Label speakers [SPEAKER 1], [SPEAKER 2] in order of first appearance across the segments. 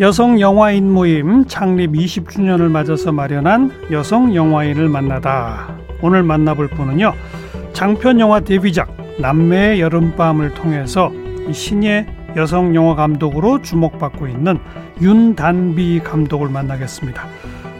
[SPEAKER 1] 여성 영화인 모임 창립 20주년을 맞아서 마련한 여성 영화인을 만나다. 오늘 만나볼 분은요 장편 영화 데뷔작 남매의 여름밤을 통해서 이 신예 여성 영화 감독으로 주목받고 있는 윤단비 감독을 만나겠습니다.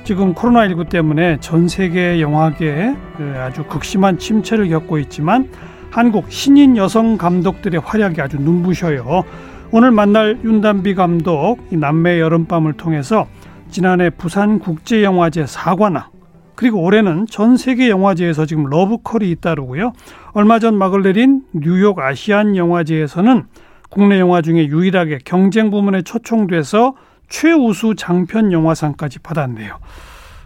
[SPEAKER 1] 지금 코로나19 때문에 전 세계 영화계에 그 아주 극심한 침체를 겪고 있지만 한국 신인 여성 감독들의 활약이 아주 눈부셔요. 오늘 만날 윤단비 감독 이 남매 여름밤을 통해서 지난해 부산 국제 영화제 4관왕 그리고 올해는 전 세계 영화제에서 지금 러브콜이 잇따르고요. 얼마 전 막을 내린 뉴욕 아시안 영화제에서는 국내 영화 중에 유일하게 경쟁 부문에 초청돼서 최우수 장편 영화상까지 받았네요.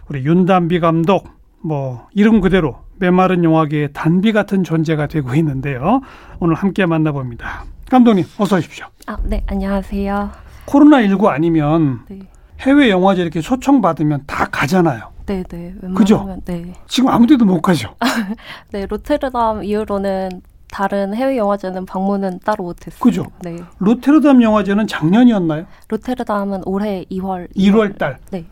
[SPEAKER 1] 우리 윤단비 감독 뭐 이름 그대로 메마른 영화계의 단비 같은 존재가 되고 있는데요. 오늘 함께 만나봅니다. 감독님 어서 오십시오.
[SPEAKER 2] 아, 네, 안녕하세요.
[SPEAKER 1] 코로나19 아니면
[SPEAKER 2] 네.
[SPEAKER 1] 해외 영화제 이렇게 초청받으면 다 가잖아요.
[SPEAKER 2] 네, 네. 웬만하면
[SPEAKER 1] 그죠?
[SPEAKER 2] 네.
[SPEAKER 1] 지금 아무 데도 못 가죠.
[SPEAKER 2] 네, 로테르담 이후로는 다른 해외 영화제는 방문은 따로 못 했어요.
[SPEAKER 1] 그죠?
[SPEAKER 2] 네.
[SPEAKER 1] 로테르담 영화제는 작년이었나요?
[SPEAKER 2] 로테르담은 올해 2월
[SPEAKER 1] 1월 달.
[SPEAKER 2] 네.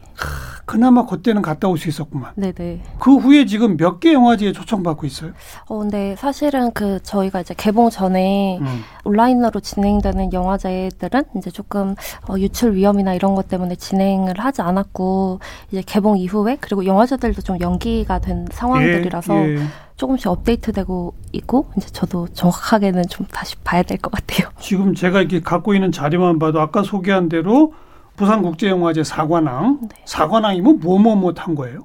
[SPEAKER 1] 그나마 그때는 갔다 올 수 있었구만.
[SPEAKER 2] 네, 네.
[SPEAKER 1] 그 후에 지금 몇 개 영화제에 초청받고 있어요?
[SPEAKER 2] 어, 근데 사실은 그 저희가 이제 개봉 전에
[SPEAKER 1] 음.
[SPEAKER 2] 온라인으로 진행되는 영화제들은 이제 조금 어, 유출 위험이나 이런 것 때문에 진행을 하지 않았고 이제 개봉 이후에 그리고 영화제들도 좀 연기가 된 상황들이라서
[SPEAKER 1] 예, 예.
[SPEAKER 2] 조금씩 업데이트되고 있고 이제 저도 정확하게는 좀 다시 봐야 될 것 같아요.
[SPEAKER 1] 지금 제가 이렇게 갖고 있는 자료만 봐도 아까 소개한 대로 부산국제영화제 사관왕.
[SPEAKER 2] 네.
[SPEAKER 1] 사관왕이면 뭐뭐뭐 탄 거예요?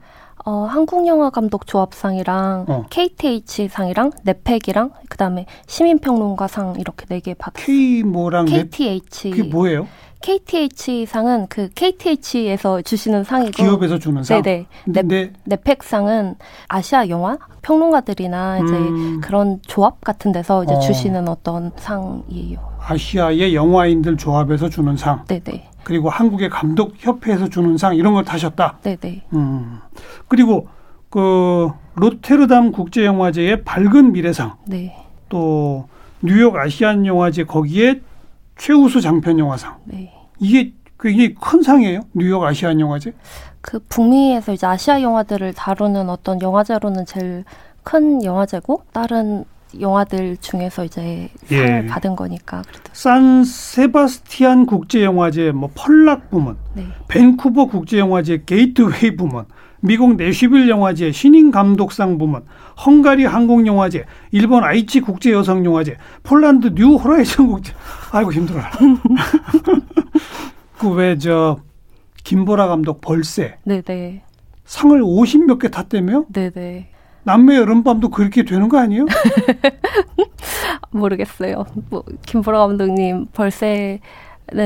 [SPEAKER 2] 어, 한국 영화 감독 조합상이랑
[SPEAKER 1] 어.
[SPEAKER 2] KTH 상이랑 네팩이랑 그다음에 시민평론가상 이렇게 네 개 받았어요.
[SPEAKER 1] K 뭐랑 넷-
[SPEAKER 2] KTH
[SPEAKER 1] 그게 뭐예요?
[SPEAKER 2] KTH 상은 그 KTH에서 주시는 상이고
[SPEAKER 1] 기업에서 주는 상.
[SPEAKER 2] 네네
[SPEAKER 1] 근데 내-
[SPEAKER 2] 네팩 상은 아시아 영화 평론가들이나 이제
[SPEAKER 1] 음.
[SPEAKER 2] 그런 조합 같은 데서 이제
[SPEAKER 1] 어.
[SPEAKER 2] 주시는 어떤 상이에요.
[SPEAKER 1] 아시아의 영화인들 조합에서 주는 상,
[SPEAKER 2] 네네
[SPEAKER 1] 그리고 한국의 감독 협회에서 주는 상 이런 걸 타셨다.
[SPEAKER 2] 네네
[SPEAKER 1] 음. 그리고 그 로테르담 국제 영화제의 밝은 미래상,
[SPEAKER 2] 네.
[SPEAKER 1] 또 뉴욕 아시안 영화제 거기에 최우수 장편 영화상.
[SPEAKER 2] 네.
[SPEAKER 1] 이게 굉장히 큰 상이에요. 뉴욕 아시안 영화제.
[SPEAKER 2] 그 북미에서 이제 아시아 영화들을 다루는 어떤 영화제로는 제일 큰 영화제고 다른 영화들 중에서 이제
[SPEAKER 1] 예.
[SPEAKER 2] 상을 받은 거니까 그래도
[SPEAKER 1] 산 세바스티안 국제 영화제 뭐 펄락 부문,
[SPEAKER 2] 네.
[SPEAKER 1] 밴쿠버 국제영화제 게이트웨이 부문, 미국 내슈빌 영화제 신인 감독상 부문, 헝가리 한국영화제, 일본 아이치 국제여성영화제, 폴란드 뉴 호라이즌 국제. 아이고 힘들어라. 그 왜 저 김보라 감독 벌새
[SPEAKER 2] 네네
[SPEAKER 1] 상을 50 몇 개 탔다며?
[SPEAKER 2] 네네
[SPEAKER 1] 남매 여름밤도 그렇게 되는 거 아니에요?
[SPEAKER 2] 모르겠어요. 뭐 김보라 감독님 벌새는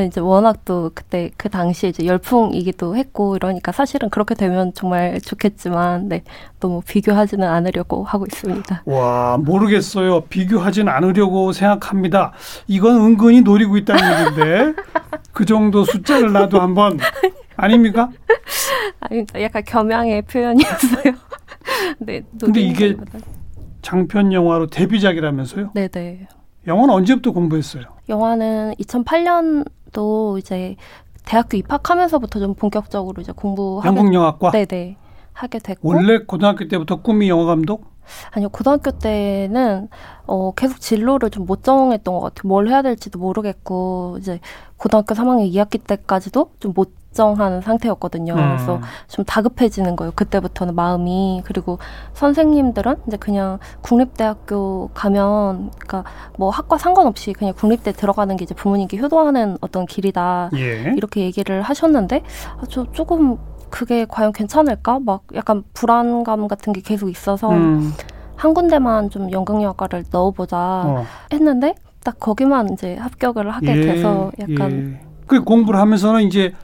[SPEAKER 2] 이제 워낙 또 그때 그 당시에 이제 열풍이기도 했고 이러니까 사실은 그렇게 되면 정말 좋겠지만 네 너무 비교하지는 않으려고 하고 있습니다.
[SPEAKER 1] 와 모르겠어요. 비교하진 않으려고 생각합니다. 이건 은근히 노리고 있다는 얘기인데 그 정도 숫자를 나도 한번 아닙니까?
[SPEAKER 2] 아, 약간 겸양의 표현이었어요. 네.
[SPEAKER 1] 근데 이게
[SPEAKER 2] 노동자보다.
[SPEAKER 1] 장편 영화로 데뷔작이라면서요?
[SPEAKER 2] 네네.
[SPEAKER 1] 영어는 언제부터 공부했어요?
[SPEAKER 2] 영화는 2008년도 이제 대학교 입학하면서부터 좀 본격적으로 이제 뭐 공부하게
[SPEAKER 1] 한국 영화과
[SPEAKER 2] 네네 하게 됐고
[SPEAKER 1] 원래 고등학교 때부터 꿈이 영화 감독?
[SPEAKER 2] 아니요 고등학교 때는 어 계속 진로를 좀 못 정했던 것 같아요. 뭘 해야 될지도 모르겠고 이제 고등학교 3학년 2학기 때까지도 좀 못 정하는 상태였거든요. 그래서
[SPEAKER 1] 음.
[SPEAKER 2] 좀 다급해지는 거예요. 그때부터는 마음이 그리고 선생님들은 이제 그냥 국립대학교 가면 그러니까 뭐 학과 상관없이 그냥 국립대 들어가는 게 이제 부모님께 효도하는 어떤 길이다.
[SPEAKER 1] 예.
[SPEAKER 2] 이렇게 얘기를 하셨는데 아, 저 조금 그게 과연 괜찮을까? 막 약간 불안감 같은 게 계속 있어서
[SPEAKER 1] 음,
[SPEAKER 2] 한 군데만 좀 연극영화과를 넣어보자
[SPEAKER 1] 어.
[SPEAKER 2] 했는데 딱 거기만 이제 합격을 하게
[SPEAKER 1] 예,
[SPEAKER 2] 돼서 약간
[SPEAKER 1] 예. 그 공부를 하면서는 이제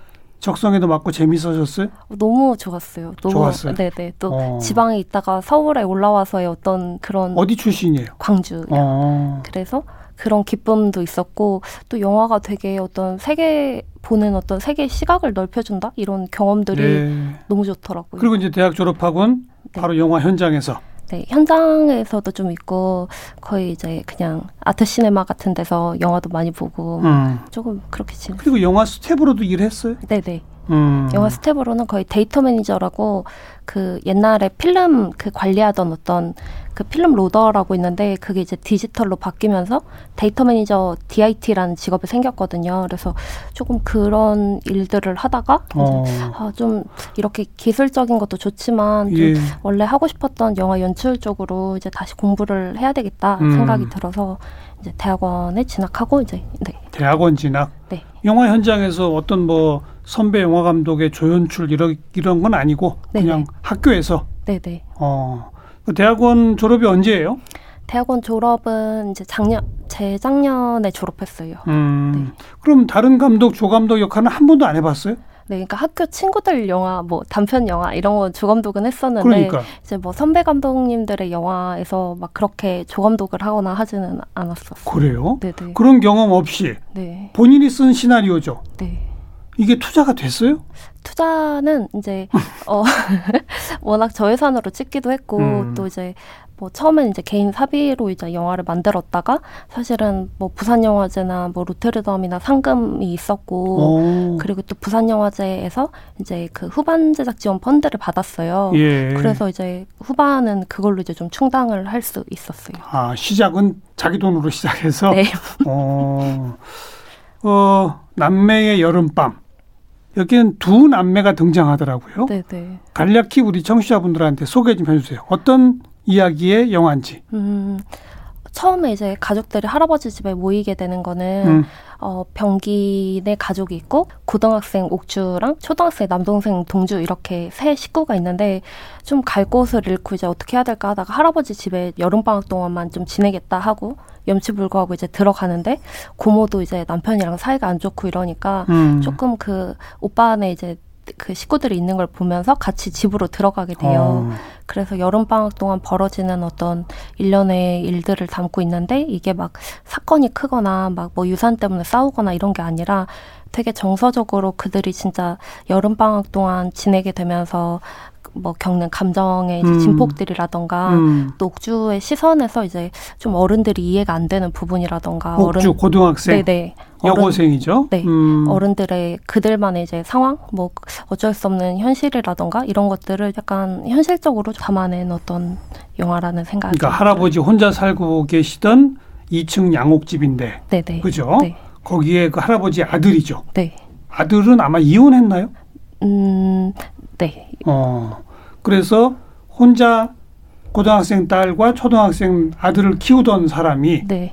[SPEAKER 1] 적성에도 맞고 재밌어졌어요?
[SPEAKER 2] 너무 좋았어요. 너무
[SPEAKER 1] 예. 좋았어요?
[SPEAKER 2] 네네. 또
[SPEAKER 1] 어.
[SPEAKER 2] 지방에 있다가 서울에 올라와서의 어떤 그런
[SPEAKER 1] 어디 출신이에요?
[SPEAKER 2] 광주.
[SPEAKER 1] 어.
[SPEAKER 2] 그래서 그런 기쁨도 있었고 또 영화가 되게 어떤 세계 보는 어떤 세계 시각을 넓혀준다 이런 경험들이
[SPEAKER 1] 예.
[SPEAKER 2] 너무 좋더라고요.
[SPEAKER 1] 그리고 이제 대학 졸업하고는
[SPEAKER 2] 네.
[SPEAKER 1] 바로 영화 현장에서
[SPEAKER 2] 네, 현장에서도 좀 있고 거의 이제 그냥 아트 시네마 같은 데서 영화도 많이 보고
[SPEAKER 1] 음.
[SPEAKER 2] 조금 그렇게 지냈어요.
[SPEAKER 1] 그리고 영화 스텝으로도 일했어요.
[SPEAKER 2] 네네.
[SPEAKER 1] 음.
[SPEAKER 2] 영화 스텝으로는 거의 데이터 매니저라고 그 옛날에 필름 그 관리하던 어떤 그 필름 로더라고 있는데 그게 이제 디지털로 바뀌면서 데이터 매니저 DIT라는 직업이 생겼거든요. 그래서 조금 그런 일들을 하다가 이제
[SPEAKER 1] 어.
[SPEAKER 2] 아, 좀 이렇게 기술적인 것도 좋지만 아, 좀
[SPEAKER 1] 예.
[SPEAKER 2] 원래 하고 싶었던 영화 연출 쪽으로 이제 다시 공부를 해야 되겠다
[SPEAKER 1] 음.
[SPEAKER 2] 생각이 들어서 이제 대학원에 진학하고 이제 네.
[SPEAKER 1] 대학원 진학.
[SPEAKER 2] 네.
[SPEAKER 1] 영화 현장에서 어떤 뭐 선배 영화 감독의 조연출 이런 이런 건 아니고
[SPEAKER 2] 네네.
[SPEAKER 1] 그냥 학교에서
[SPEAKER 2] 네, 네.
[SPEAKER 1] 어. 그 대학원 졸업이 언제예요?
[SPEAKER 2] 대학원 졸업은 이제 작년 재작년에 졸업했어요.
[SPEAKER 1] 음. 그럼 다른 감독 조감독 역할은 한 번도 안 해봤어요?
[SPEAKER 2] 네, 그러니까 학교 친구들 영화, 뭐 단편 영화 이런 건 주감독은 했었는데
[SPEAKER 1] 그러니까
[SPEAKER 2] 이제 뭐 선배 감독님들의 영화에서 막 그렇게 조감독을 하거나 하지는 않았었어요.
[SPEAKER 1] 그래요?
[SPEAKER 2] 네, 네,
[SPEAKER 1] 그런 경험 없이
[SPEAKER 2] 네,
[SPEAKER 1] 본인이 쓴 시나리오죠.
[SPEAKER 2] 네.
[SPEAKER 1] 이게 투자가 됐어요?
[SPEAKER 2] 투자는 이제 어 워낙 저예산으로 찍기도 했고
[SPEAKER 1] 음.
[SPEAKER 2] 또 이제 뭐 처음엔 이제 개인 사비로 이제 영화를 만들었다가 사실은 뭐 부산 영화제나 뭐 로테르담이나 상금이 있었고
[SPEAKER 1] 어.
[SPEAKER 2] 그리고 또 부산 영화제에서 이제 그 후반 제작 지원 펀드를 받았어요.
[SPEAKER 1] 예.
[SPEAKER 2] 그래서 이제 후반은 그걸로 이제 좀 충당을 할 수 있었어요.
[SPEAKER 1] 아 시작은 자기 돈으로 시작해서
[SPEAKER 2] 네.
[SPEAKER 1] 어, 어, 남매의 여름밤 여기는 두 남매가 등장하더라고요.
[SPEAKER 2] 네, 네.
[SPEAKER 1] 간략히 우리 청취자분들한테 소개 좀 해주세요. 어떤 이야기의 영화인지.
[SPEAKER 2] 음. 처음에 이제 가족들이 할아버지 집에 모이게 되는 거는
[SPEAKER 1] 음,
[SPEAKER 2] 어, 병기네 가족이 있고 고등학생 옥주랑 초등학생 남동생 동주 이렇게 세 식구가 있는데 좀 갈 곳을 잃고 이제 어떻게 해야 될까 하다가 할아버지 집에 여름 방학 동안만 좀 지내겠다 하고 염치불구하고 이제 들어가는데 고모도 이제 남편이랑 사이가 안 좋고 이러니까
[SPEAKER 1] 음.
[SPEAKER 2] 조금 그 오빠네 이제 그 식구들이 있는 걸 보면서 같이 집으로 들어가게 돼요. 그래서 여름방학 동안 벌어지는 어떤 일련의 일들을 담고 있는데 이게 막 사건이 크거나 막 뭐 유산 때문에 싸우거나 이런 게 아니라 되게 정서적으로 그들이 진짜 여름방학 동안 지내게 되면서 뭐 겪는 감정의 이제
[SPEAKER 1] 음.
[SPEAKER 2] 진폭들이라던가
[SPEAKER 1] 어, 음.
[SPEAKER 2] 또 옥주의 시선에서 이제 좀 어른들이 이해가 안 되는 부분이라던가
[SPEAKER 1] 옥주 고등학생
[SPEAKER 2] 아, 어른 네네 어른-
[SPEAKER 1] 여고생이죠.
[SPEAKER 2] 네.
[SPEAKER 1] 음.
[SPEAKER 2] 어른들의 그들만의 이제 상황, 뭐 어쩔 수 없는 현실이라던가 이런 것들을 약간 현실적으로 담아낸 어떤 영화라는 생각이.
[SPEAKER 1] 그러니까 할아버지 혼자 살고 계시던 2층 양옥집인데
[SPEAKER 2] 네네.
[SPEAKER 1] 그죠?
[SPEAKER 2] 네.
[SPEAKER 1] 거기에 그 할아버지 아들이죠.
[SPEAKER 2] 네.
[SPEAKER 1] 아들은 아마 이혼했나요?
[SPEAKER 2] 음, 네.
[SPEAKER 1] 어. 그래서 혼자 고등학생 딸과 초등학생 아들을 키우던 사람이
[SPEAKER 2] 네.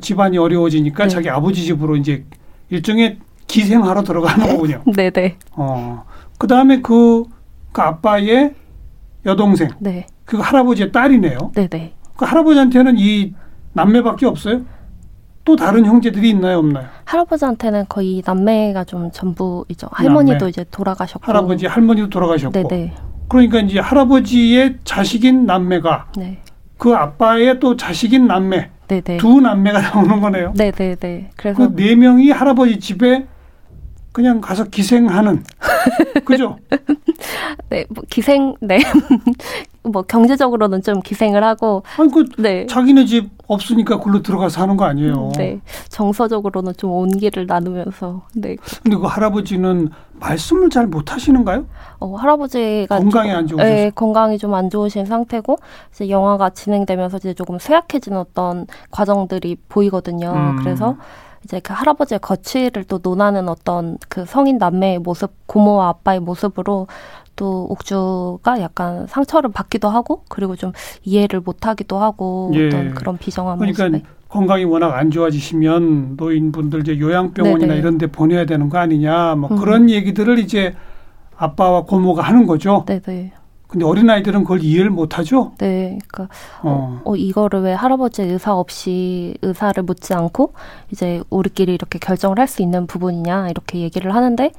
[SPEAKER 1] 집안이 어려워지니까
[SPEAKER 2] 네.
[SPEAKER 1] 자기 아버지 집으로 이제 일종의 기생하러 들어가는 거군요.
[SPEAKER 2] 네네.
[SPEAKER 1] 어. 그다음에 그, 그 아빠의 여동생,
[SPEAKER 2] 네.
[SPEAKER 1] 그 할아버지의 딸이네요.
[SPEAKER 2] 네네.
[SPEAKER 1] 그 할아버지한테는 이 남매밖에 없어요? 또 다른 형제들이 있나요, 없나요?
[SPEAKER 2] 할아버지한테는 거의 남매가 좀 전부이죠. 할머니도
[SPEAKER 1] 남매.
[SPEAKER 2] 이제 돌아가셨고.
[SPEAKER 1] 할아버지, 할머니도 돌아가셨고.
[SPEAKER 2] 어. 네네.
[SPEAKER 1] 그러니까 이제 할아버지의 자식인 남매가
[SPEAKER 2] 네.
[SPEAKER 1] 그 아빠의 또 자식인 남매,
[SPEAKER 2] 네네.
[SPEAKER 1] 두 남매가 나오는 거네요.
[SPEAKER 2] 네네네. 그래서
[SPEAKER 1] 그 네 명이 할아버지 집에 그냥 가서 기생하는 그죠?
[SPEAKER 2] 네, 뭐 기생 네. 뭐 경제적으로는 좀 기생을 하고
[SPEAKER 1] 아니 그
[SPEAKER 2] 네.
[SPEAKER 1] 자기네 집 없으니까 글로 들어가서 하는 거 아니에요.
[SPEAKER 2] 네, 정서적으로는 좀 온기를 나누면서 네,
[SPEAKER 1] 근데 그 할아버지는 말씀을 잘 못 하시는가요?
[SPEAKER 2] 어, 할아버지가
[SPEAKER 1] 건강이
[SPEAKER 2] 좀-
[SPEAKER 1] 안 좋으셔서.
[SPEAKER 2] 네, 건강이 좀 안 좋으신 상태고 이제 영화가 진행되면서 이제 조금 쇠약해진 어떤 과정들이 보이거든요.
[SPEAKER 1] 음.
[SPEAKER 2] 그래서 이제 그 할아버지의 거취를 또 논하는 어떤 그 성인 남매의 모습, 고모와 아빠의 모습으로 또 옥주가 약간 상처를 받기도 하고 그리고 좀 이해를 못하기도 하고
[SPEAKER 1] 예.
[SPEAKER 2] 어떤 그런 비정한
[SPEAKER 1] 그러니까
[SPEAKER 2] 모습에
[SPEAKER 1] 건강이 워낙 안 좋아지시면 노인분들 이제 요양병원이나
[SPEAKER 2] 네네.
[SPEAKER 1] 이런 데 보내야 되는 거 아니냐 뭐
[SPEAKER 2] 음.
[SPEAKER 1] 그런 얘기들을 이제 아빠와 고모가 하는 거죠.
[SPEAKER 2] 네네
[SPEAKER 1] 근데 어린아이들은 그걸 이해를 못 하죠.
[SPEAKER 2] 네 그러니까
[SPEAKER 1] 어.
[SPEAKER 2] 어, 이거를 왜 할아버지 의사 없이 의사를 묻지 않고 이제 우리끼리 이렇게 결정을 할 수 있는 부분이냐 이렇게 얘기를 하는데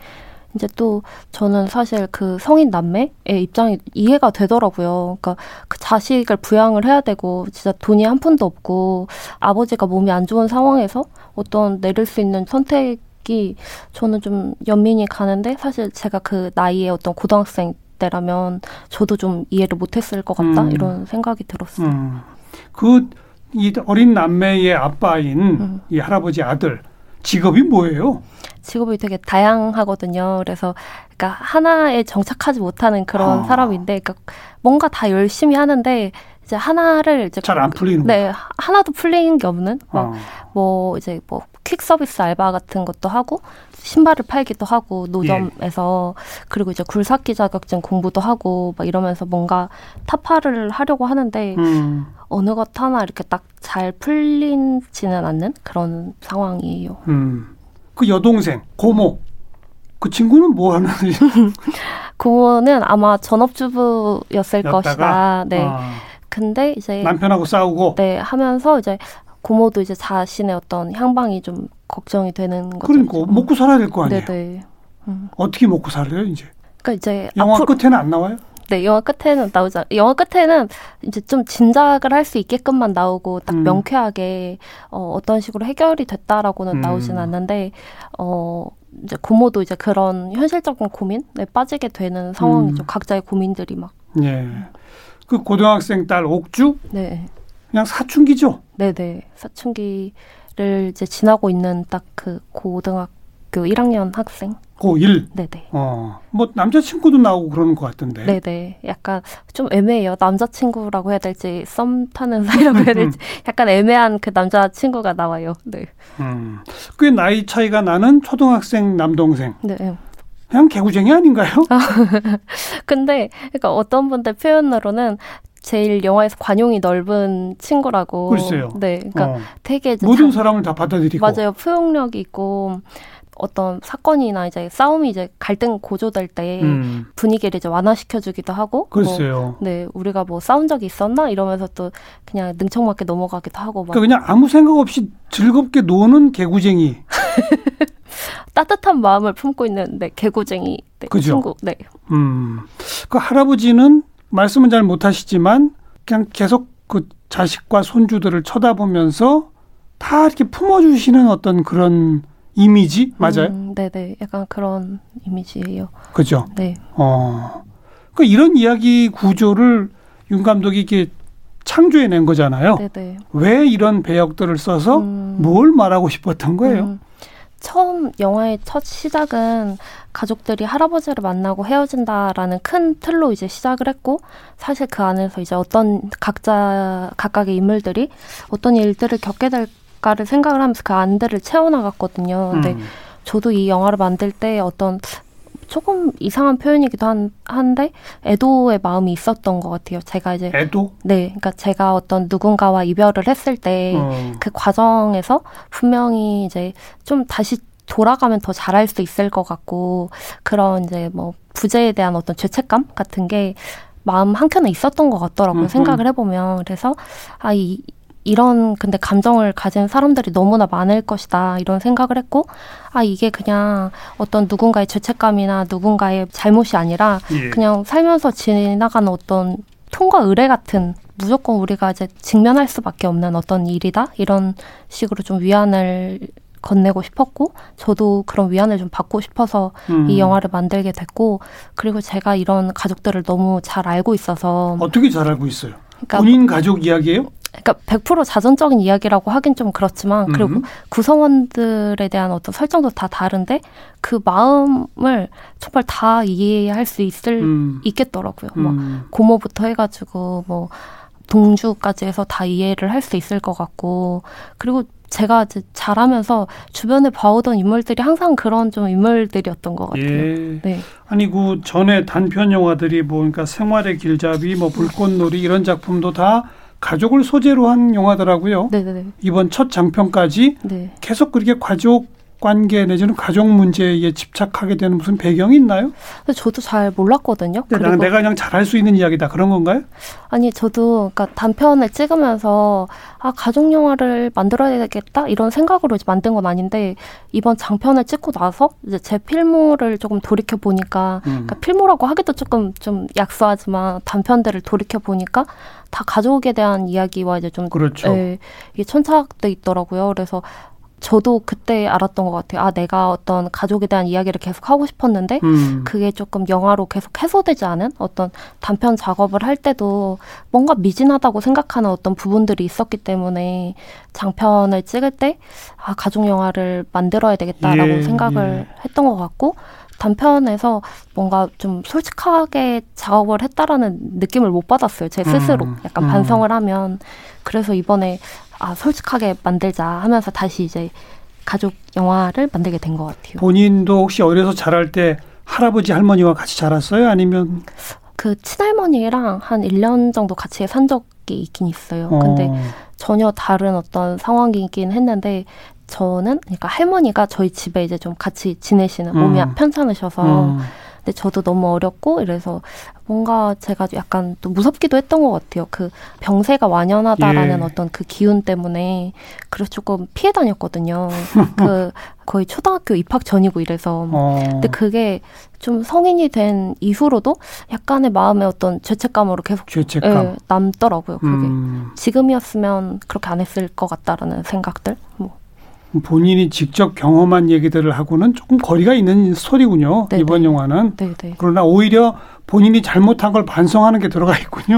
[SPEAKER 2] 이제 또 저는 사실 그 성인 남매의 입장이 이해가 되더라고요. 그러니까 그 자식을 부양을 해야 되고 진짜 돈이 한 푼도 없고 아버지가 몸이 안 좋은 상황에서 어떤 내릴 수 있는 선택이 저는 좀 연민이 가는데 사실 제가 그 나이에 어떤 고등학생 때라면 저도 좀 이해를 못했을 것 같다
[SPEAKER 1] 음.
[SPEAKER 2] 이런 생각이 들었어요.
[SPEAKER 1] 음. 그 이 어린 남매의 아빠인
[SPEAKER 2] 음.
[SPEAKER 1] 이 할아버지 아들 직업이 뭐예요?
[SPEAKER 2] 직업이 되게 다양하거든요. 그래서 그러니까 하나에 정착하지 못하는 그런
[SPEAKER 1] 아.
[SPEAKER 2] 사람인데, 그러니까 뭔가 다 열심히 하는데 이제 하나를 이제
[SPEAKER 1] 잘 안 풀리는 거.
[SPEAKER 2] 네 하- 하나도 풀린 게 없는 막
[SPEAKER 1] 어.
[SPEAKER 2] 뭐 이제 뭐 퀵 서비스 알바 같은 것도 하고 신발을 팔기도 하고 노점에서 그리고 이제 굴삭기 자격증 공부도 하고 막 이러면서 뭔가 타파를 하려고 하는데
[SPEAKER 1] 음.
[SPEAKER 2] 어느 것 하나 이렇게 딱 잘 풀린지는 않는 그런 상황이에요.
[SPEAKER 1] 음. 그 여동생 고모 그 친구는 뭐 하는
[SPEAKER 2] 그거는 아마 전업주부였을
[SPEAKER 1] 였다가?
[SPEAKER 2] 것이다. 네.
[SPEAKER 1] 아,
[SPEAKER 2] 근데 이제
[SPEAKER 1] 남편하고 싸우고
[SPEAKER 2] 네 하면서 이제 고모도 이제 자신의 어떤 향방이 좀 걱정이 되는 거죠.
[SPEAKER 1] 그러니까
[SPEAKER 2] 이제.
[SPEAKER 1] 먹고 살아야 될 거 아니에요.
[SPEAKER 2] 네. 그렇죠. 네네. 음.
[SPEAKER 1] 어떻게 먹고 살아요 이제?
[SPEAKER 2] 그러니까 이제
[SPEAKER 1] 영화
[SPEAKER 2] 앞으로
[SPEAKER 1] 끝에는 안 나와요?
[SPEAKER 2] 네, 영화 끝에는 나오지 않, 영화 끝에는 이제 좀 짐작을 할 수 있게끔만 나오고 딱
[SPEAKER 1] 음.
[SPEAKER 2] 명쾌하게 어, 어떤 식으로 해결이 됐다라고는
[SPEAKER 1] 음.
[SPEAKER 2] 나오진 않는데 어 이제 고모도 이제 그런 현실적인 고민에 빠지게 되는
[SPEAKER 1] 음.
[SPEAKER 2] 상황이죠. 각자의 고민들이 막
[SPEAKER 1] 예. 그 고등학생 딸 옥주
[SPEAKER 2] 네,
[SPEAKER 1] 그냥 사춘기죠.
[SPEAKER 2] 네, 네 사춘기를 이제 지나고 있는 딱 그 고등학교 1학년 학생,
[SPEAKER 1] 고1
[SPEAKER 2] 네, 네.
[SPEAKER 1] 어. 뭐 남자친구도 나오고 그러는 것 같던데.
[SPEAKER 2] 네네. 약간 좀 애매해요. 남자친구라고 해야 될지, 썸 타는 사이라고 해야 될지, 약간 애매한 그 남자친구가 나와요. 네.
[SPEAKER 1] 음. 꽤 나이 차이가 나는 초등학생 남동생.
[SPEAKER 2] 네.
[SPEAKER 1] 그냥 개구쟁이 아닌가요?
[SPEAKER 2] 근데, 그러니까 어떤 분들 표현으로는 제일 영화에서 관용이 넓은 친구라고.
[SPEAKER 1] 글쎄요.
[SPEAKER 2] 네. 그러니까
[SPEAKER 1] 어.
[SPEAKER 2] 되게 이제
[SPEAKER 1] 모든
[SPEAKER 2] 자-
[SPEAKER 1] 사람을 다 받아들이고.
[SPEAKER 2] 맞아요. 포용력이 있고, 어떤 사건이나 이제 싸움이 이제 갈등 고조될 때
[SPEAKER 1] 음.
[SPEAKER 2] 분위기를 이제 완화시켜주기도 하고. 뭐
[SPEAKER 1] 글쎄요.
[SPEAKER 2] 네, 우리가 뭐 싸운 적이 있었나? 이러면서 또 그냥 능청맞게 넘어가기도 하고 막
[SPEAKER 1] 그러니까 그냥 아무 생각 없이 즐겁게 노는 개구쟁이.
[SPEAKER 2] 따뜻한 마음을 품고 있는 네, 개구쟁이 네,
[SPEAKER 1] 그죠?
[SPEAKER 2] 친구. 네.
[SPEAKER 1] 음. 그 할아버지는 말씀은 잘 못하시지만 그냥 계속 그 자식과 손주들을 쳐다보면서 다 이렇게 품어주시는 어떤 그런 이미지 맞아요?
[SPEAKER 2] 음, 네네. 약간 그런 이미지예요.
[SPEAKER 1] 그죠?
[SPEAKER 2] 네.
[SPEAKER 1] 어. 그 이런 이야기 구조를 윤 감독이 이렇게 창조해 낸 거잖아요.
[SPEAKER 2] 네네.
[SPEAKER 1] 왜 이런 배역들을 써서
[SPEAKER 2] 음,
[SPEAKER 1] 뭘 말하고 싶었던 거예요?
[SPEAKER 2] 음. 처음 영화의 첫 시작은 가족들이 할아버지를 만나고 헤어진다라는 큰 틀로 이제 시작을 했고 사실 그 안에서 이제 어떤 각자 각각의 인물들이 어떤 일들을 겪게 될까를 생각을 하면서 그 안들을 채워나갔거든요. 근데
[SPEAKER 1] 음.
[SPEAKER 2] 저도 이 영화를 만들 때 어떤 조금 이상한 표현이기도 한, 한데 애도의 마음이 있었던 것 같아요. 제가 이제
[SPEAKER 1] 애도?
[SPEAKER 2] 네, 그러니까 제가 어떤 누군가와 이별을 했을 때 그
[SPEAKER 1] 어.
[SPEAKER 2] 과정에서 분명히 이제 좀 다시 돌아가면 더 잘할 수 있을 것 같고 그런 이제 뭐 부재에 대한 어떤 죄책감 같은 게 마음 한켠에 있었던 것 같더라고요.
[SPEAKER 1] 음흠.
[SPEAKER 2] 생각을 해보면 그래서 아 이, 이런 근데 감정을 가진 사람들이 너무나 많을 것이다 이런 생각을 했고 아 이게 그냥 어떤 누군가의 죄책감이나 누군가의 잘못이 아니라
[SPEAKER 1] 예.
[SPEAKER 2] 그냥 살면서 지나가는 어떤 통과 의례 같은 무조건 우리가 이제 직면할 수밖에 없는 어떤 일이다 이런 식으로 좀 위안을 건네고 싶었고 저도 그런 위안을 좀 받고 싶어서
[SPEAKER 1] 음.
[SPEAKER 2] 이 영화를 만들게 됐고 그리고 제가 이런 가족들을 너무 잘 알고 있어서
[SPEAKER 1] 어떻게 잘 알고 있어요?
[SPEAKER 2] 그러니까
[SPEAKER 1] 본인 가족 이야기예요?
[SPEAKER 2] 그러니까 100% 자전적인 이야기라고 하긴 좀 그렇지만 그리고
[SPEAKER 1] 음.
[SPEAKER 2] 구성원들에 대한 어떤 설정도 다 다른데 그 마음을 정말 다 이해할 수 있을
[SPEAKER 1] 음.
[SPEAKER 2] 있겠더라고요. 막
[SPEAKER 1] 음.
[SPEAKER 2] 고모부터 해가지고 뭐 동주까지 해서 다 이해를 할 수 있을 것 같고 그리고 제가 이제 자라면서 주변에 봐오던 인물들이 항상 그런 좀 인물들이었던 것 같아요.
[SPEAKER 1] 예.
[SPEAKER 2] 네,
[SPEAKER 1] 아니 그 전에 단편 영화들이 뭐 그러니까 생활의 길잡이 뭐 불꽃놀이 이런 작품도 다 가족을 소재로 한 영화더라고요.
[SPEAKER 2] 어? 네, 네,
[SPEAKER 1] 이번 첫 장편까지
[SPEAKER 2] 네,
[SPEAKER 1] 계속 그렇게 가족 관계 내지는 가족 문제에 집착하게 되는 무슨 배경이 있나요?
[SPEAKER 2] 근데 저도 잘 몰랐거든요.
[SPEAKER 1] 근데 네, 나- 내가 그냥 잘할 수 있는 이야기다 그런 건가요?
[SPEAKER 2] 아니 저도 그러니까 단편을 찍으면서 아 가족 영화를 만들어야겠다 이런 생각으로 이제 만든 건 아닌데 이번 장편을 찍고 나서 이제 제 필모를 조금 돌이켜 보니까
[SPEAKER 1] 음.
[SPEAKER 2] 그러니까 필모라고 하기도 조금 좀 약소하지만 단편들을 돌이켜 보니까 다 가족에 대한 이야기와 이제 좀
[SPEAKER 1] 그렇죠.
[SPEAKER 2] 예, 이게 천착돼 있더라고요. 그래서 저도 그때 알았던 것 같아요. 아 내가 어떤 가족에 대한 이야기를 계속 하고 싶었는데
[SPEAKER 1] 음.
[SPEAKER 2] 그게 조금 영화로 계속 해소되지 않은 어떤 단편 작업을 할 때도 뭔가 미진하다고 생각하는 어떤 부분들이 있었기 때문에 장편을 찍을 때 아, 가족 영화를 만들어야 되겠다라고
[SPEAKER 1] 예,
[SPEAKER 2] 생각을 했던 것 같고 단편에서 뭔가 좀 솔직하게 작업을 했다라는 느낌을 못 받았어요. 제 스스로
[SPEAKER 1] 음,
[SPEAKER 2] 약간
[SPEAKER 1] 음.
[SPEAKER 2] 반성을 하면 그래서 이번에 아, 솔직하게 만들자 하면서 다시 이제 가족 영화를 만들게 된 것 같아요.
[SPEAKER 1] 본인도 혹시 어려서 자랄 때 할아버지 할머니와 같이 자랐어요? 아니면
[SPEAKER 2] 그 친할머니랑 한 1년 정도 같이 산 적이 있긴 있어요. 근데 전혀 다른 어떤 상황이긴 했는데 저는 그러니까 할머니가 저희 집에 이제 좀 같이 지내시는 몸이
[SPEAKER 1] 음.
[SPEAKER 2] 편찮으셔서
[SPEAKER 1] 음.
[SPEAKER 2] 근데 저도 너무 어렸고 이래서 뭔가 제가 약간 또 무섭기도 했던 것 같아요. 그 병세가 완연하다라는
[SPEAKER 1] 예.
[SPEAKER 2] 어떤 그 기운 때문에 그래서 조금 피해 다녔거든요. 그 거의 초등학교 입학 전이고 이래서
[SPEAKER 1] 어.
[SPEAKER 2] 근데 그게 좀 성인이 된 이후로도 약간의 마음의 어떤 죄책감으로 계속
[SPEAKER 1] 죄책감.
[SPEAKER 2] 예, 남더라고요. 그게
[SPEAKER 1] 음.
[SPEAKER 2] 지금이었으면 그렇게 안 했을 것 같다라는 생각들. 뭐.
[SPEAKER 1] 본인이 직접 경험한 얘기들을 하고는 조금 거리가 있는 스토리군요.
[SPEAKER 2] 네네.
[SPEAKER 1] 이번 영화는.
[SPEAKER 2] 네, 네.
[SPEAKER 1] 그러나 오히려 본인이 잘못한 걸 반성하는 게 들어가 있군요.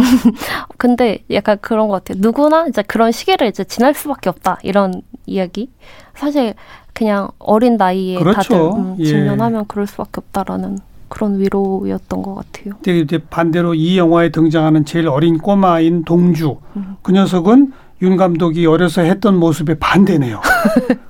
[SPEAKER 2] 근데 약간 그런 것 같아요. 누구나 이제 그런 시기를 이제 지날 수밖에 없다 이런 이야기. 사실 그냥 어린 나이에 다들
[SPEAKER 1] 그렇죠.
[SPEAKER 2] 음,
[SPEAKER 1] 예.
[SPEAKER 2] 직면하면 그럴 수밖에 없다라는 그런 위로였던 것 같아요.
[SPEAKER 1] 근데 이제 반대로 이 영화에 등장하는 제일 어린 꼬마인 동주.
[SPEAKER 2] 음.
[SPEAKER 1] 그 녀석은 윤 감독이 어려서 했던 모습에 반대네요.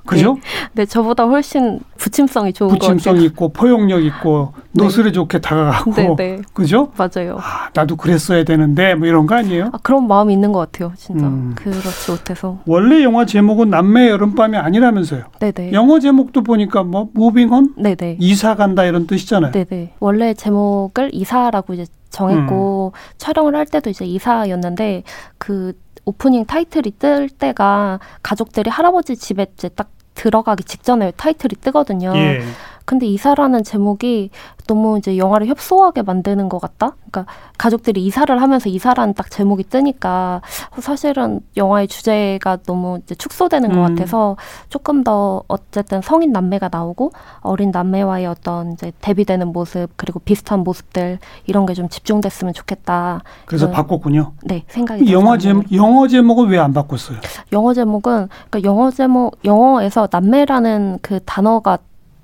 [SPEAKER 1] 그죠?
[SPEAKER 2] 근데 저보다 훨씬 부침성이 네. 좋은
[SPEAKER 1] 부침성 있고 포용력 있고
[SPEAKER 2] 네.
[SPEAKER 1] 노스레 좋게 다가가고
[SPEAKER 2] 것 같아요. 네, 네.
[SPEAKER 1] 그죠?
[SPEAKER 2] 맞아요.
[SPEAKER 1] 아, 나도 그랬어야 되는데 뭐 이런 거 아니에요?
[SPEAKER 2] 아, 그런 마음이 있는 것 같아요, 진짜.
[SPEAKER 1] 음.
[SPEAKER 2] 그렇지 못해서.
[SPEAKER 1] 원래 영화 제목은 남매의 여름밤이 아니라면서요.
[SPEAKER 2] 네네.
[SPEAKER 1] 영어 제목도 보니까 뭐 무빙온
[SPEAKER 2] 네네.
[SPEAKER 1] 이사 간다 이런 뜻이잖아요.
[SPEAKER 2] 네네. 원래 제목을 이사라고 이제 정했고,
[SPEAKER 1] 음.
[SPEAKER 2] 촬영을 할 때도 이제 이사였는데, 그 오프닝 타이틀이 뜰 때가 가족들이 할아버지 집에 이제 딱 들어가기 직전에 타이틀이 뜨거든요.
[SPEAKER 1] 예.
[SPEAKER 2] 근데 이사라는 제목이 너무 이제 영화를 협소하게 만드는 것 같다? 그러니까 가족들이 이사를 하면서 이사라는 딱 제목이 뜨니까 사실은 영화의 주제가 너무 이제 축소되는 것
[SPEAKER 1] 음.
[SPEAKER 2] 같아서 조금 더 어쨌든 성인 남매가 나오고 어린 남매와의 어떤 이제 대비되는 모습 그리고 비슷한 모습들 이런 게 좀 집중됐으면 좋겠다.
[SPEAKER 1] 그래서
[SPEAKER 2] 음.
[SPEAKER 1] 바꿨군요.
[SPEAKER 2] 네, 생각이
[SPEAKER 1] 영화
[SPEAKER 2] 들었어요.
[SPEAKER 1] 제목 영어 제목은 왜 안 바꿨어요?
[SPEAKER 2] 영어 제목은 그러니까 영어 제목 영어에서 남매라는 그 단어가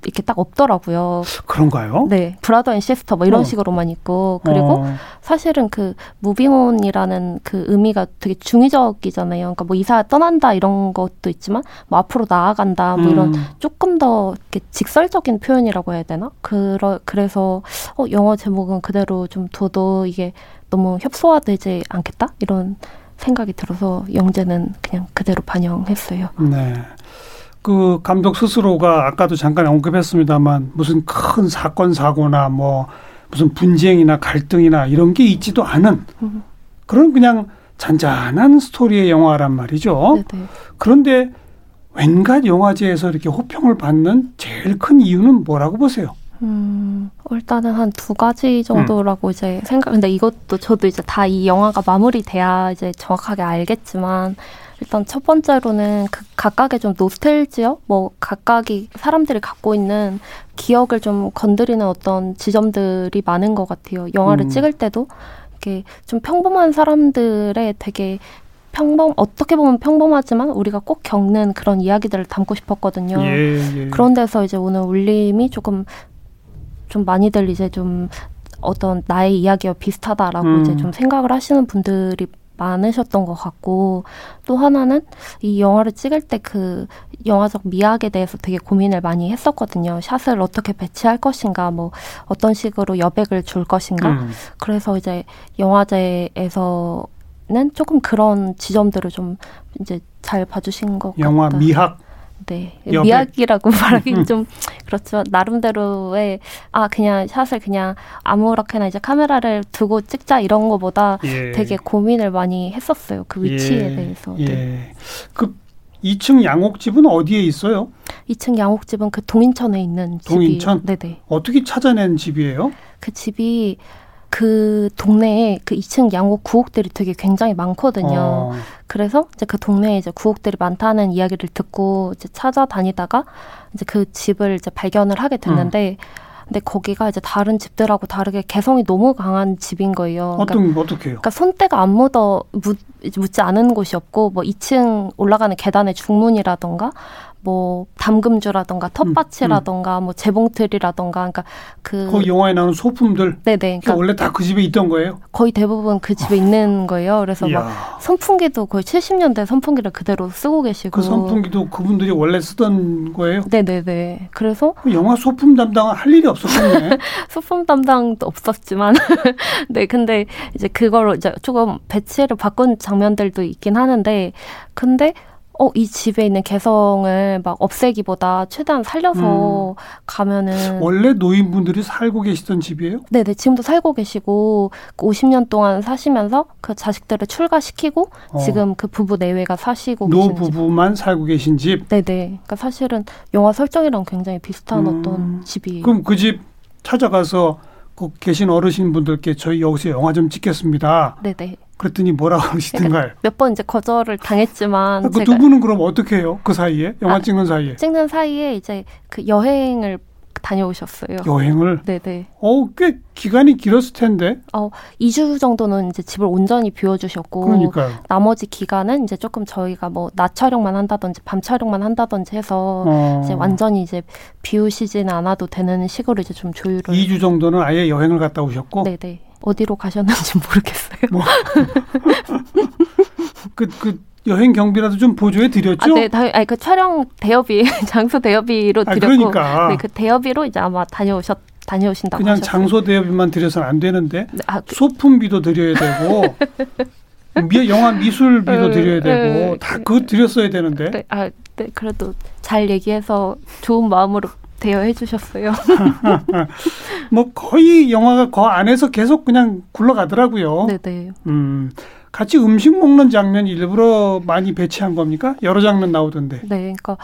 [SPEAKER 2] 이렇게 딱 없더라고요.
[SPEAKER 1] 그런가요?
[SPEAKER 2] 네, 브라더 앤 시스터 뭐 이런
[SPEAKER 1] 어.
[SPEAKER 2] 식으로만 있고 그리고
[SPEAKER 1] 어,
[SPEAKER 2] 사실은 그 무빙온이라는 그 의미가 되게 중의적이잖아요. 그러니까 뭐 이사 떠난다 이런 것도 있지만 뭐 앞으로 나아간다 뭐 이런
[SPEAKER 1] 음.
[SPEAKER 2] 조금 더 이렇게 직설적인 표현이라고 해야 되나? 그러, 그래서 어, 영어 제목은 그대로 좀 둬도 이게 너무 협소화되지 않겠다 이런 생각이 들어서 영재는 그냥 그대로 반영했어요.
[SPEAKER 1] 네. 그 감독 스스로가 아까도 잠깐 언급했습니다만 무슨 큰 사건 사고나 뭐 무슨 분쟁이나 갈등이나 이런 게 있지도 않은
[SPEAKER 2] 음.
[SPEAKER 1] 그런 그냥 잔잔한 스토리의 영화란 말이죠.
[SPEAKER 2] 네네.
[SPEAKER 1] 그런데 웬갓 영화제에서 이렇게 호평을 받는 제일 큰 이유는 뭐라고 보세요?
[SPEAKER 2] 음, 일단은 한 두 가지 정도라고 이제 생각, 근데 이것도 저도 이제 다 이 영화가 마무리돼야 이제 정확하게 알겠지만, 일단 첫 번째로는 그 각각의 좀 노스텔지어? 뭐, 각각이 사람들이 갖고 있는 기억을 좀 건드리는 어떤 지점들이 많은 것 같아요. 영화를
[SPEAKER 1] 음.
[SPEAKER 2] 찍을 때도 이렇게 좀 평범한 사람들의 되게 평범, 어떻게 보면 평범하지만 우리가 꼭 겪는 그런 이야기들을 담고 싶었거든요.
[SPEAKER 1] 예.
[SPEAKER 2] 그런 데서 이제 오늘 울림이 조금 좀 많이들 이제 좀 어떤 나의 이야기와 비슷하다라고
[SPEAKER 1] 음.
[SPEAKER 2] 이제 좀 생각을 하시는 분들이 많으셨던 것 같고 또 하나는 이 영화를 찍을 때 그 영화적 미학에 대해서 되게 고민을 많이 했었거든요. 샷을 어떻게 배치할 것인가, 뭐 어떤 식으로 여백을 줄 것인가.
[SPEAKER 1] 음.
[SPEAKER 2] 그래서 이제 영화제에서는 조금 그런 지점들을 좀 이제 잘 봐주신 것
[SPEAKER 1] 영화
[SPEAKER 2] 같다.
[SPEAKER 1] 미학
[SPEAKER 2] 네
[SPEAKER 1] 옆에- 음.
[SPEAKER 2] 미학이라고 말하기는 좀 그렇지만 나름대로의 아 그냥 샷을 그냥 아무렇게나 이제 카메라를 두고 찍자 이런 거보다
[SPEAKER 1] 예.
[SPEAKER 2] 되게 고민을 많이 했었어요 그 위치에
[SPEAKER 1] 예.
[SPEAKER 2] 대해서
[SPEAKER 1] 예.
[SPEAKER 2] 네.
[SPEAKER 1] 그 2층 양옥집은 어디에 있어요?
[SPEAKER 2] 2층 양옥집은 그 동인천에 있는
[SPEAKER 1] 동인천?
[SPEAKER 2] 집이 네네
[SPEAKER 1] 어떻게 찾아낸 집이에요?
[SPEAKER 2] 그 집이 그 동네에 그 2층 양옥 구옥들이 되게 굉장히 많거든요.
[SPEAKER 1] 어,
[SPEAKER 2] 그래서 이제 그 동네에 이제 구옥들이 많다는 이야기를 듣고 이제 찾아다니다가 이제 그 집을 이제 발견을 하게
[SPEAKER 1] 음.
[SPEAKER 2] 됐는데 근데 거기가 이제 다른 집들하고 다르게 개성이 너무 강한 집인 거예요. 그러니까,
[SPEAKER 1] 어떤 어떻게 해요?
[SPEAKER 2] 그러니까 손때가 안 묻어 묻, 이제 묻지 않은 곳이 없고 뭐 2층 올라가는 계단의 중문이라던가 뭐 담금주라던가
[SPEAKER 1] 음,
[SPEAKER 2] 텃밭이라던가 뭐 재봉틀이라던가 그러니까 그
[SPEAKER 1] 그 영화에 나오는 소품들
[SPEAKER 2] 네네
[SPEAKER 1] 그
[SPEAKER 2] 그러니까
[SPEAKER 1] 원래 다 그 집에 있던 거예요?
[SPEAKER 2] 거의 대부분 그 집에 있는 거예요. 그래서 막
[SPEAKER 1] 이야,
[SPEAKER 2] 선풍기도 거의 70년대 선풍기를 그대로 쓰고 계시고.
[SPEAKER 1] 그 선풍기도 그분들이 원래 쓰던 거예요?
[SPEAKER 2] 네네네. 그래서
[SPEAKER 1] 그 영화 소품 담당은 할 일이 없었겠네.
[SPEAKER 2] 소품 담당도 없었지만, 네, 근데 이제 그걸로 이제 조금 배치를 바꾼 장면들도 있긴 하는데, 근데, 어, 이 집에 있는 개성을 막 없애기보다 최대한
[SPEAKER 1] 음.
[SPEAKER 2] 살려서 가면은.
[SPEAKER 1] 원래 노인분들이 살고 계시던 집이에요?
[SPEAKER 2] 네네, 지금도 살고 계시고, 그 50년 동안 사시면서 그 자식들을 출가시키고,
[SPEAKER 1] 어.
[SPEAKER 2] 지금 그 부부 내외가 사시고 계신 집.
[SPEAKER 1] 노부부만 살고 계신 집.
[SPEAKER 2] 네네. 그러니까 사실은 영화 설정이랑 굉장히 비슷한
[SPEAKER 1] 음.
[SPEAKER 2] 어떤 집이에요.
[SPEAKER 1] 그럼 그 집 찾아가서 그 계신 어르신분들께 저희 여기서 영화 좀 찍겠습니다.
[SPEAKER 2] 네네.
[SPEAKER 1] 그랬더니 뭐라고 그러시던가요?
[SPEAKER 2] 몇 번 이제 거절을 당했지만
[SPEAKER 1] 그
[SPEAKER 2] 그러니까 제가
[SPEAKER 1] 두 분은 그럼 어떻게 해요? 그 사이에 영화
[SPEAKER 2] 아,
[SPEAKER 1] 찍는 사이에
[SPEAKER 2] 찍는 사이에 이제 그 여행을 다녀오셨어요.
[SPEAKER 1] 여행을
[SPEAKER 2] 네네. 어,
[SPEAKER 1] 어꽤 기간이 길었을 텐데
[SPEAKER 2] 2주 정도는 이제 집을 온전히 비워주셨고
[SPEAKER 1] 그러니까요.
[SPEAKER 2] 나머지 기간은 이제 조금 저희가 뭐 낮 촬영만 한다든지 밤 촬영만 한다든지 해서
[SPEAKER 1] 어,
[SPEAKER 2] 이제 완전히 이제 비우시진 않아도 되는 식으로 이제 좀 조율을
[SPEAKER 1] 2주 정도는 아예 여행을 갔다 오셨고
[SPEAKER 2] 네네. 어디로 가셨는지 모르겠어요.
[SPEAKER 1] 그, 그 여행 경비라도 좀 보조해 드렸죠?
[SPEAKER 2] 아, 네, 다, 아니, 그 촬영 대여비, 장소 대여비로
[SPEAKER 1] 아,
[SPEAKER 2] 드렸고,
[SPEAKER 1] 그러니까
[SPEAKER 2] 네, 그 대여비로 이제 아마 다녀오셨, 다녀오신다고
[SPEAKER 1] 그냥
[SPEAKER 2] 하셨어요.
[SPEAKER 1] 장소 대여비만 드려서는 안 되는데
[SPEAKER 2] 네, 아, 그-
[SPEAKER 1] 소품비도 드려야 되고 미, 영화 미술비도
[SPEAKER 2] 에,
[SPEAKER 1] 드려야 되고
[SPEAKER 2] 에,
[SPEAKER 1] 다 그거 드렸어야 되는데
[SPEAKER 2] 어, 네, 아, 네, 그래도 잘 얘기해서 좋은 마음으로 대여해 주셨어요.
[SPEAKER 1] 뭐 거의 영화가 그 안에서 계속 그냥 굴러가더라고요.
[SPEAKER 2] 네, 네.
[SPEAKER 1] 음, 같이 음식 먹는 장면 일부러 많이 배치한 겁니까? 여러 장면 나오던데.
[SPEAKER 2] 네, 그러니까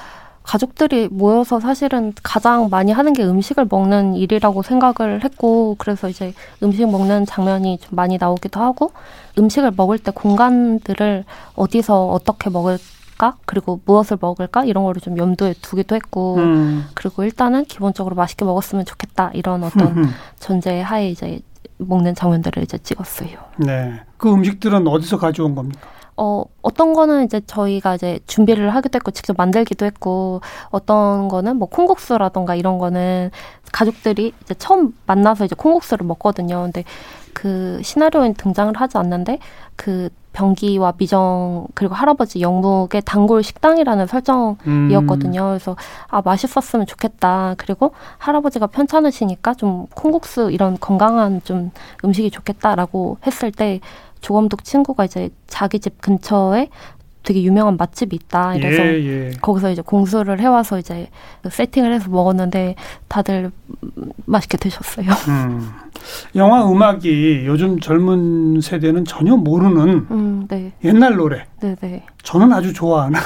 [SPEAKER 2] 가족들이 모여서 사실은 가장 많이 하는 게 음식을 먹는 일이라고 생각을 했고, 그래서 이제 음식 먹는 장면이 좀 많이 나오기도 하고, 음식을 먹을 때 공간들을 어디서 어떻게 먹을까? 그리고 무엇을 먹을까? 이런 거를 좀 염두에 두기도 했고,
[SPEAKER 1] 음.
[SPEAKER 2] 그리고 일단은 기본적으로 맛있게 먹었으면 좋겠다. 이런 어떤 전제 하에 이제 먹는 장면들을 이제 찍었어요.
[SPEAKER 1] 네. 그 음식들은 어디서 가져온 겁니까?
[SPEAKER 2] 어, 어떤 거는 이제 저희가 이제 준비를 하기도 했고, 직접 만들기도 했고, 어떤 거는 뭐 콩국수라던가 이런 거는 가족들이 이제 처음 만나서 이제 콩국수를 먹거든요. 근데 그 시나리오엔 등장을 하지 않는데, 그 병기와 미정, 그리고 할아버지 영묵의 단골 식당이라는 설정
[SPEAKER 1] 음.
[SPEAKER 2] 이었거든요. 그래서 아 맛있었으면 좋겠다. 그리고 할아버지가 편찮으시니까 좀 콩국수 이런 건강한 좀 음식이 좋겠다라고 했을 때 조감독 친구가 이제 자기 집 근처에 되게 유명한 맛집이 있다. 아, 이래서
[SPEAKER 1] 예, 예.
[SPEAKER 2] 거기서 이제 공수를 해와서 이제 그 세팅을 해서 먹었는데 다들 음, 맛있게 드셨어요.
[SPEAKER 1] 음. 영화 음악이 요즘 젊은 세대는 전혀 모르는
[SPEAKER 2] 음, 네,
[SPEAKER 1] 옛날 노래.
[SPEAKER 2] 네, 네,
[SPEAKER 1] 저는 아주 좋아하는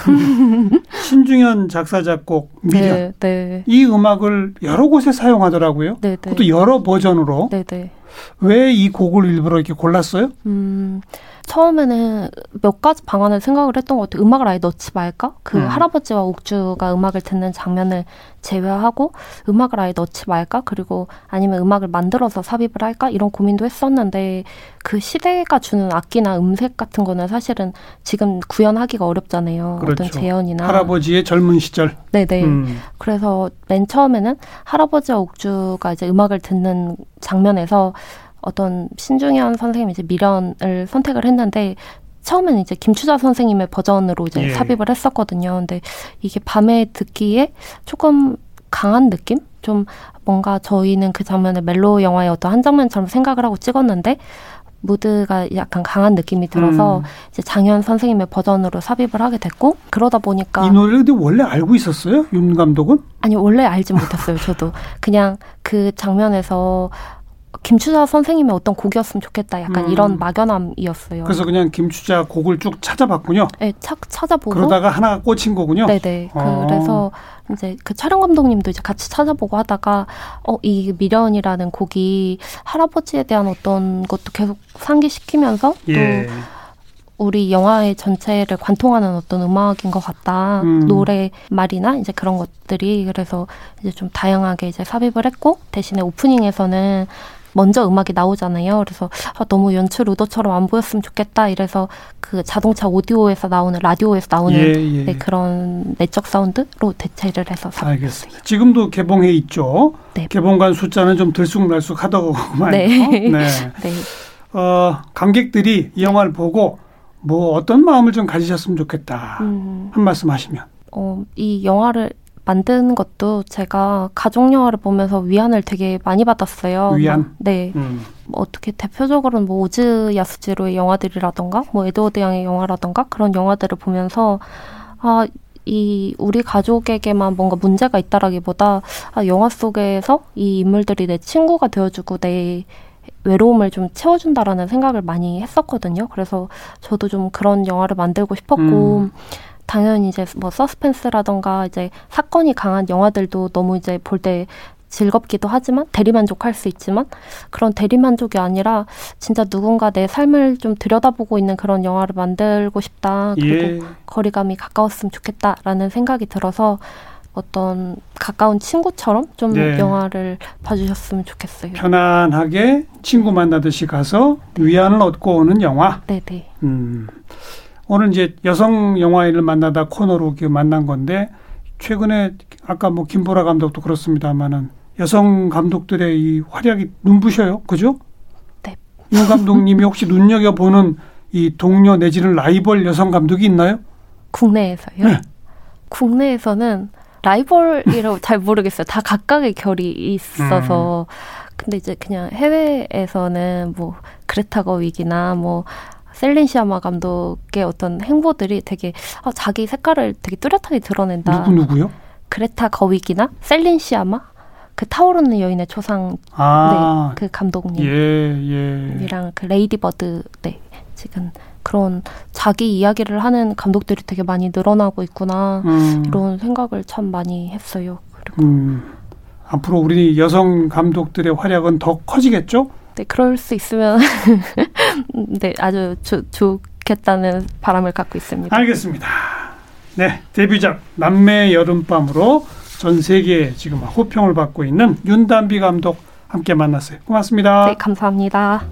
[SPEAKER 1] 신중현 작사 작곡 미련.
[SPEAKER 2] 네, 네,
[SPEAKER 1] 이 음악을 여러 곳에 사용하더라고요.
[SPEAKER 2] 네, 네.
[SPEAKER 1] 그것도 여러 버전으로.
[SPEAKER 2] 네, 네.
[SPEAKER 1] 왜 이 곡을 일부러 이렇게 골랐어요?
[SPEAKER 2] 음, 처음에는 몇 가지 방안을 생각을 했던 것 같아요. 음악을 아예 넣지 말까? 그
[SPEAKER 1] 음.
[SPEAKER 2] 할아버지와 옥주가 음악을 듣는 장면을 제외하고 음악을 아예 넣지 말까? 그리고 아니면 음악을 만들어서 삽입을 할까? 이런 고민도 했었는데 그 시대가 주는 악기나 음색 같은 거는 사실은 지금 구현하기가 어렵잖아요.
[SPEAKER 1] 그렇죠.
[SPEAKER 2] 어떤 재현이나.
[SPEAKER 1] 할아버지의 젊은 시절.
[SPEAKER 2] 네네.
[SPEAKER 1] 음.
[SPEAKER 2] 그래서 맨 처음에는 할아버지와 옥주가 이제 음악을 듣는 장면에서 어떤 신중현 선생님이 이제 미련을 선택을 했는데 처음에는 이제 김추자 선생님의 버전으로 이제
[SPEAKER 1] 예.
[SPEAKER 2] 삽입을 했었거든요. 근데 이게 밤에 듣기에 조금 강한 느낌? 좀 뭔가 저희는 그 장면을 멜로 영화의 어떤 한 장면처럼 생각을 하고 찍었는데 무드가 약간 강한 느낌이 들어서
[SPEAKER 1] 음.
[SPEAKER 2] 이제 장현 선생님의 버전으로 삽입을 하게 됐고 그러다 보니까 네.
[SPEAKER 1] 이 노래를 근데 원래 알고 있었어요? 윤 감독은?
[SPEAKER 2] 아니 원래 알지 못했어요. 저도 그냥 그 장면에서 김추자 선생님의 어떤 곡이었으면 좋겠다. 약간
[SPEAKER 1] 음.
[SPEAKER 2] 이런 막연함이었어요.
[SPEAKER 1] 그래서 그냥 김추자 곡을 쭉 찾아봤군요.
[SPEAKER 2] 네, 착 찾아보고
[SPEAKER 1] 그러다가 하나가 꽂힌 거군요.
[SPEAKER 2] 네네.
[SPEAKER 1] 어.
[SPEAKER 2] 그래서 이제 그 촬영 감독님도 이제 같이 찾아보고 하다가 어 이 미련이라는 곡이 할아버지에 대한 어떤 것도 계속 상기시키면서
[SPEAKER 1] 예.
[SPEAKER 2] 또 우리 영화의 전체를 관통하는 어떤 음악인 것 같다.
[SPEAKER 1] 음.
[SPEAKER 2] 노래 말이나 이제 그런 것들이 그래서 이제 좀 다양하게 이제 삽입을 했고 대신에 오프닝에서는 먼저 음악이 나오잖아요. 그래서 아, 너무 연출 의도처럼 안 보였으면 좋겠다. 이래서 그 자동차 오디오에서 나오는 라디오에서 나오는
[SPEAKER 1] 예, 예.
[SPEAKER 2] 네, 그런 내적 사운드로 대체를 해서 삽입.
[SPEAKER 1] 알겠습니다. 지금도 개봉해 있죠.
[SPEAKER 2] 네.
[SPEAKER 1] 개봉관 숫자는 좀 들쑥날쑥 하더구만.
[SPEAKER 2] 네.
[SPEAKER 1] 네.
[SPEAKER 2] 네.
[SPEAKER 1] 어, 관객들이 이 영화를 보고 뭐 어떤 마음을 좀 가지셨으면 좋겠다.
[SPEAKER 2] 음,
[SPEAKER 1] 한 말씀 하시면.
[SPEAKER 2] 어, 이 영화를 만든 것도 제가 가족 영화를 보면서 위안을 되게 많이 받았어요.
[SPEAKER 1] 위안?
[SPEAKER 2] 네.
[SPEAKER 1] 음.
[SPEAKER 2] 뭐 어떻게 대표적으로는 뭐 오즈 야스지로의 영화들이라던가 뭐 에드워드 양의 영화라던가 그런 영화들을 보면서 아, 이 우리 가족에게만 뭔가 문제가 있다라기보다 아, 영화 속에서 이 인물들이 내 친구가 되어주고 내 외로움을 좀 채워준다라는 생각을 많이 했었거든요. 그래서 저도 좀 그런 영화를 만들고 싶었고
[SPEAKER 1] 음.
[SPEAKER 2] 당연히 이제 뭐 서스펜스라던가 이제 사건이 강한 영화들도 너무 이제 볼 때 즐겁기도 하지만 대리만족할 수 있지만 그런 대리만족이 아니라 진짜 누군가 내 삶을 좀 들여다보고 있는 그런 영화를 만들고 싶다. 아, 그리고
[SPEAKER 1] 예.
[SPEAKER 2] 거리감이 가까웠으면 좋겠다라는 생각이 들어서 어떤 가까운 친구처럼 좀
[SPEAKER 1] 네.
[SPEAKER 2] 영화를 봐주셨으면 좋겠어요.
[SPEAKER 1] 편안하게 친구 만나듯이 가서 위안을 얻고 오는 영화.
[SPEAKER 2] 네네.
[SPEAKER 1] 음. 오늘 이제 여성 영화인을 만나다 코너로 이렇게 만난 건데 최근에 아까 뭐 김보라 감독도 그렇습니다만은 여성 감독들의 이 활약이 눈부셔요. 그죠?
[SPEAKER 2] 네.
[SPEAKER 1] 윤 감독님이 혹시 눈여겨 보는 이 동료 내지는 라이벌 여성 감독이 있나요?
[SPEAKER 2] 국내에서요?
[SPEAKER 1] 네.
[SPEAKER 2] 국내에서는 라이벌이라고 잘 모르겠어요. 다 각각의 결이 있어서.
[SPEAKER 1] 음.
[SPEAKER 2] 근데 이제 그냥 해외에서는 뭐 그레타 거윅이나 뭐 셀린 시아마 감독의 어떤 행보들이 되게 아, 자기 색깔을 되게 뚜렷하게 드러낸다.
[SPEAKER 1] 누구 누구요?
[SPEAKER 2] 그레타 거윅이나 셀린 시아마 그 타오르는 여인의 초상
[SPEAKER 1] 아,
[SPEAKER 2] 그
[SPEAKER 1] 예,
[SPEAKER 2] 감독님이랑
[SPEAKER 1] 예.
[SPEAKER 2] 그 레이디버드 네 지금 그런 자기 이야기를 하는 감독들이 되게 많이 늘어나고 있구나
[SPEAKER 1] 음,
[SPEAKER 2] 이런 생각을 참 많이 했어요. 그리고
[SPEAKER 1] 음. 앞으로 우리 여성 감독들의 활약은 더 커지겠죠?
[SPEAKER 2] 네, 그럴 수 있으면 네 아주 좋- 좋겠다는 바람을 갖고 있습니다.
[SPEAKER 1] 알겠습니다. 네, 데뷔작 남매 여름밤으로 전 세계에 지금 호평을 받고 있는 윤단비 감독 함께 만났어요. 고맙습니다.
[SPEAKER 2] 네 감사합니다.